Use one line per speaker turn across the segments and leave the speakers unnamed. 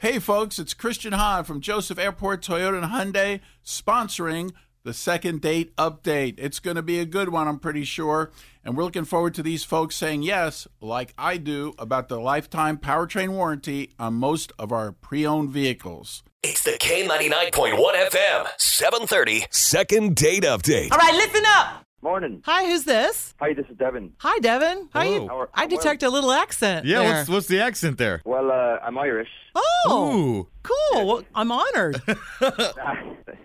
Hey, folks, it's Christian Hahn from Joseph Airport Toyota and Hyundai sponsoring the second date update. It's going to be a good one, I'm pretty sure. And we're looking forward to these folks saying yes, like I do, about the lifetime powertrain warranty on most of our pre owned vehicles.
It's the K99.1 FM, 730.
Second date update.
All right, listen up.
Morning.
Hi, who's this?
Hi, this is Devin.
Hi, Devin. How
Whoa.
you?
How are-
I detect a little accent.
Yeah,
there.
what's what's the accent there?
Well, uh, I'm Irish.
Oh,
Ooh.
cool. Well, I'm honored.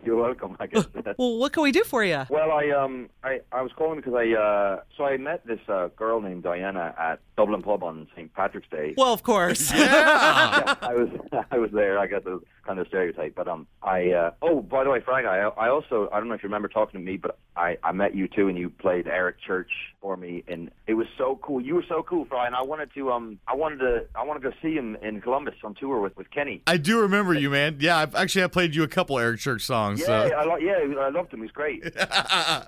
You're welcome, I guess.
well, what can we do for you?
well, I um, I, I was calling because I uh, so I met this uh, girl named Diana at Dublin Pub on St Patrick's Day.
Well, of course.
Yeah.
yeah, I was I was there. I got the kind of stereotype, but um, I uh, oh by the way, Frank, I I also I don't know if you remember talking to me, but I I met you too, and you played Eric Church for me, and it was so cool. You were so cool, Fry, and I wanted to um I wanted to I want to go see him in Columbus on tour with with Kenny.
I do remember you, man. Yeah, I've actually I played you a couple Eric Church songs.
Yeah,
so.
I lo- yeah, I loved him. He's great.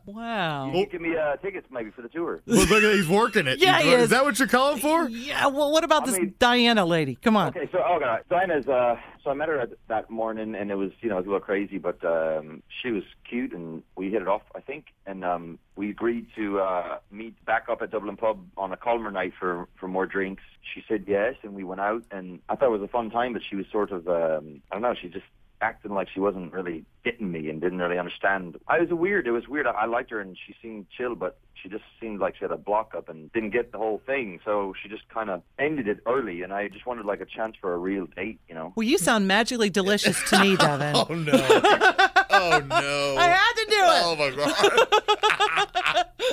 Wow.
You give me uh, tickets maybe for the tour.
Well, look at he's working it.
Yeah,
He's
he
wor-
is.
is that what you're calling for?
Yeah. Well, what about
I
this
mean-
Diana lady? Come on.
Okay, so oh god, Dinah's. Uh, so I met her at, that morning, and it was you know it was a little crazy, but um, she was cute, and we hit it off, I think, and um, we agreed to uh, meet back up at Dublin Pub on a calmer night for for more drinks. She said yes, and we went out, and I thought it was a fun time, but she was sort of um, I don't know, she just acting like she wasn't really getting me and didn't really understand. I was weird. It was weird. I, I liked her and she seemed chill, but she just seemed like she had a block up and didn't get the whole thing. So she just kind of ended it early. And I just wanted like a chance for a real date, you know.
Well, you sound magically delicious to me, Devin.
Oh no. oh no.
I had to do it.
Oh my god.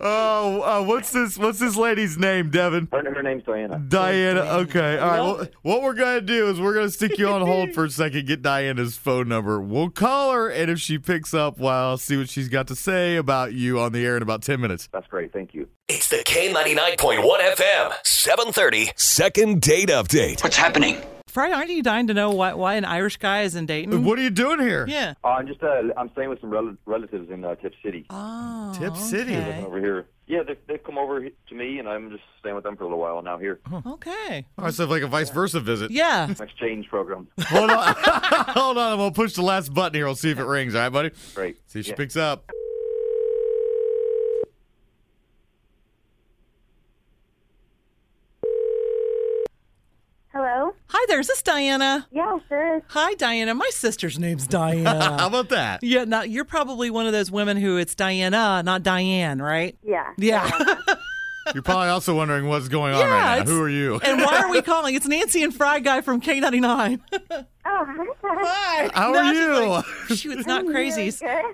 oh, uh, what's this? What's this lady's name, Devin?
Her, her name's Diana.
Diana. Okay. All right. Well, what we're gonna do is we're gonna stick you on hold for a second. Get Diana's phone number. We'll call her, and if she picks up, well, see what she's got to say about you on the air in about ten minutes.
That's great. Thank you.
It's the K99.1 FM, 730.
Second date update.
What's happening?
Fry, aren't you dying to know why, why an Irish guy is in Dayton?
What are you doing here?
Mm-hmm. Yeah.
Uh, I'm just uh, I'm staying with some rel- relatives in uh, Tip City
Oh.
Tip City.
okay.
over here. Yeah, they've, they've come over he- to me, and I'm just staying with them for a little while now here.
Okay.
All right. So like a vice versa visit.
Yeah.
Exchange program.
Hold on. Hold on. I'm gonna push the last button here. We'll see if it rings. All right, buddy.
Great.
See if she
Yeah.
picks up.
Hello?
Hi there. Is this Diana?
Yeah, sure.
Hi, Diana. My sister's name's Diana.
How about that?
Uh, Yeah, now you're probably one of those women who it's Diana, not Diane, right?
Yeah.
Yeah.
You're probably also wondering what's going on
Yeah,
right now.
it's-
Who are you?
and why are we calling? It's Nancy and Fry Guy from K99.
Oh, hi.
Hi.
How
No,
are
she's
you?
like, Shoot, it's not crazy.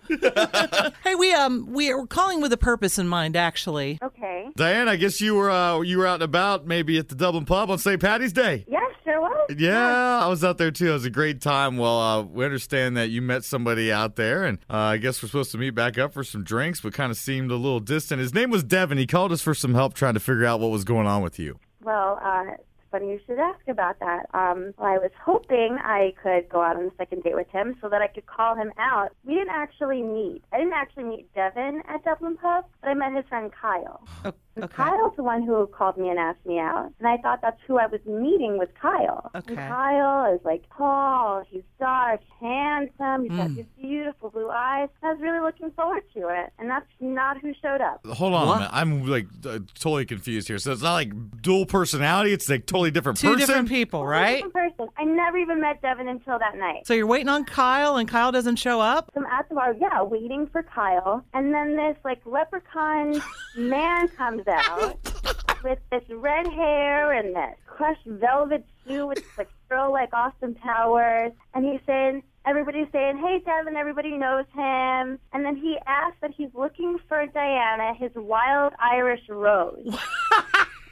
Good.
Hey, we um we are calling with a purpose in mind, actually.
Okay.
Diane, I guess you were uh, you were out and about maybe at the Dublin pub on St. Patty's Day.
Yeah, sure was.
Yeah, I was out there too. It was a great time. Well, uh, we understand that you met somebody out there, and uh, I guess we're supposed to meet back up for some drinks, but kind of seemed a little distant. His name was Devin. He called us for some help trying to figure out what was going on with you.
Well, uh, it's funny you should ask about that. Um, well, I was hoping I could go out on a second date with him so that I could call him out. We didn't actually meet. I didn't actually meet Devin at Dublin Pub, but I met his friend Kyle. And
Oh, okay.
Kyle's the one who called me and asked me out, and I thought that's who I was meeting with Kyle.
Okay.
And Kyle is like tall, he's dark, handsome, he's
Hmm.
got these beautiful blue eyes. I was really looking forward to it, and that's not who showed up.
Hold on, a minute. I'm like uh, totally confused here. So it's not like dual personality; it's like totally different
Two
person.
different people, right?
Same person. I never even met Devin until that night.
So you're waiting on Kyle and Kyle doesn't show up?
So I'm at the bar, yeah, waiting for Kyle, and then this like leprechaun man comes out with this red hair and this crushed velvet suit with this like girl like Austin Powers, and he's saying. Everybody's saying, "Hey, Devin." Everybody knows him, and then he asks that he's looking for Diana, his wild Irish rose.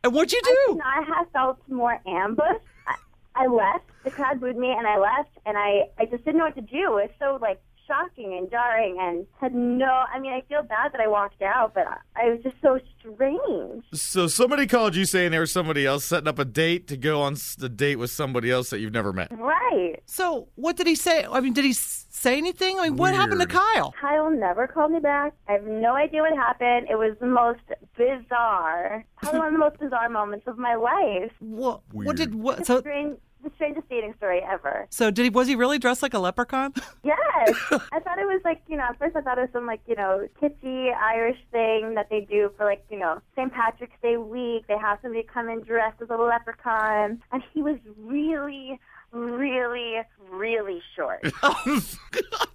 And what'd you do?
And I have felt more ambushed. I, I left. The crowd booed me, and I left. And I, I just didn't know what to do. It was so like shocking and jarring, and had no. I mean, I feel bad that I walked out, but I, I was just so strange.
So somebody called you saying there was somebody else setting up a date to go on s- a date with somebody else that you've never met.
Right.
So what did he say? I mean, did he s- say anything? I mean, what happened to
Weird.
Kyle?
Kyle never called me back. I have no idea what happened. It was the most bizarre, probably one of the most bizarre moments of my life.
What, what did what? So
Strange. the strangest dating story ever.
So did he? Was he really dressed like a leprechaun?
Yes. I thought it was like, you know, at first I thought it was some like, you know, kitschy Irish thing that they do for like, you know, St. Patrick's Day week. They have somebody come in dressed as a leprechaun. And he was really, really, really short.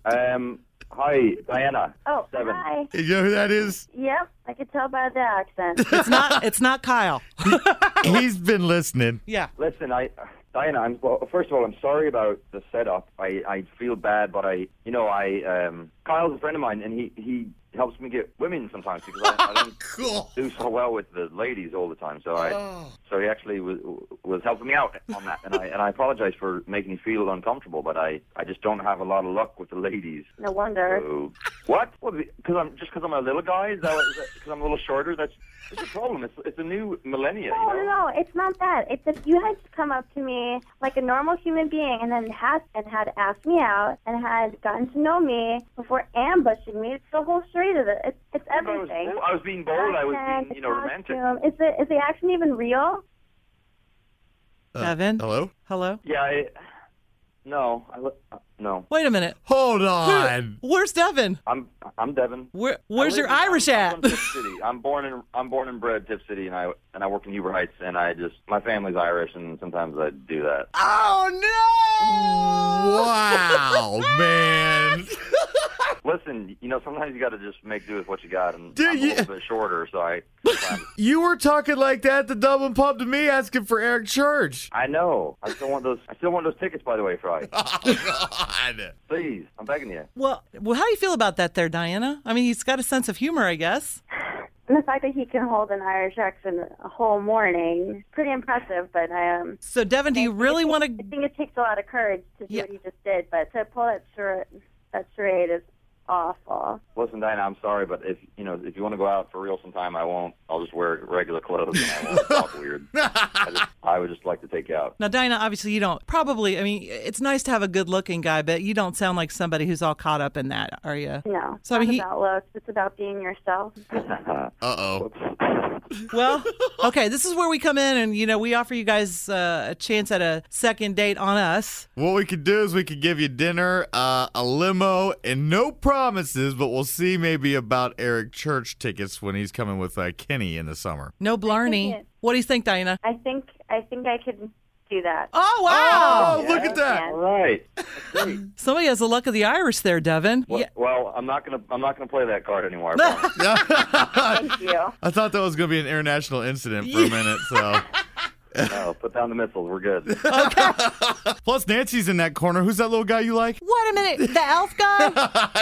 Um, hi, Diana.
Oh,
Seven.
hi.
You know who that is?
Yep, I could tell by the accent.
It's not. It's not Kyle.
He's been listening.
Yeah.
Listen, I, Diana. I'm well, first of all, I'm sorry about the setup. I, I feel bad, but I, you know, I, um, Kyle's a friend of mine, and he, he helps me get women sometimes because I, I don't
Cool.
do so well with the ladies all the time. So I, so he actually was, was helping me out on that, and I, and I apologize for making you feel uncomfortable, but I, I just don't have a lot of luck with the ladies.
No wonder.
So, what? Because I'm just because I'm a little guy. Is that because I'm a little shorter? That's it's a problem. It's it's a new millennia.
No,
you
no,
know?
no. It's not that. It's if you had come up to me like a normal human being and then had and had asked me out and had gotten to know me before ambushing me. It's the whole charade of it. It's, it's
I was,
everything.
I was being bold. I was being, you know, romantic.
romantic. Is the is the action even real?
Evan.
Uh, Hello?
Hello.
Yeah. I, no. I, li- uh, no.
Wait a minute.
Hold
Where-
on.
where's Devin?
I'm I'm Devin.
Where, where's
I
your
live in-
Irish
I'm
at?
from Tip City. I'm born in I'm born and bred Tip City, and I and I work in Huber Heights, and I just my family's Irish, and sometimes I do that.
oh
Wow, man.
Listen, you know, sometimes you got to just make do with what you got, and
Dude,
I'm a
you-
little bit shorter, so I.
You were talking like that at the Dublin pub to me asking for Eric Church.
I know. I still want those. I still want those tickets, by the way, Fry.
Oh, God.
Please, I'm begging you.
Well, well, how do you feel about that, there, Diana? I mean, he's got a sense of humor, I guess.
And the fact that he can hold an Irish accent a whole morning, pretty impressive. But I um,
So, Devin, do you really want
I
to?
think it takes a lot of courage to do
Yeah.
what he just did. But to pull that charade, that charade is awful.
Listen, Diana, I'm sorry, but if you know if you want to go out for real sometime, I won't. I'll just wear regular clothes and I won't talk weird. I, just, I would just like to take you out.
Now, Diana, obviously, you don't probably. I mean, it's nice to have a good-looking guy, but you don't sound like somebody who's all caught up in that, are you?
No, it's
So, I mean,
not
he-
about looks. It's about being yourself.
Uh-oh.
Well, okay, this is where we come in, and you know, we offer you guys uh, a chance at a second date on us.
What we could do is we could give you dinner, uh, a limo, and no promises, but we'll see maybe about Eric Church tickets when he's coming with uh, Kenny in the summer.
No blarney.
it.
What do you think, Diana?
I think I think I could do that.
Oh wow!
Oh, look at that.
All right.
Somebody has the luck of the Irish there, Devin.
Well,
Yeah.
well, I'm not gonna. I'm not gonna play that card anymore. I promise.
Thank you.
I thought that was going to be an international incident for a minute, so.
no, put down the missiles. We're good.
Plus, Nancy's in that corner. Who's that little guy you like?
Wait a minute, the elf guy,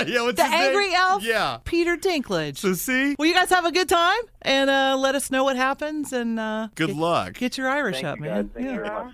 yeah, what's
the
his name?
angry elf,
Yeah.
Peter Dinklage.
So, see?
Well, you guys have a good time, and uh, let us know what happens, and uh,
Good
get,
luck.
Get your Irish
Thank
up,
you guys.
man.
Thank you very much.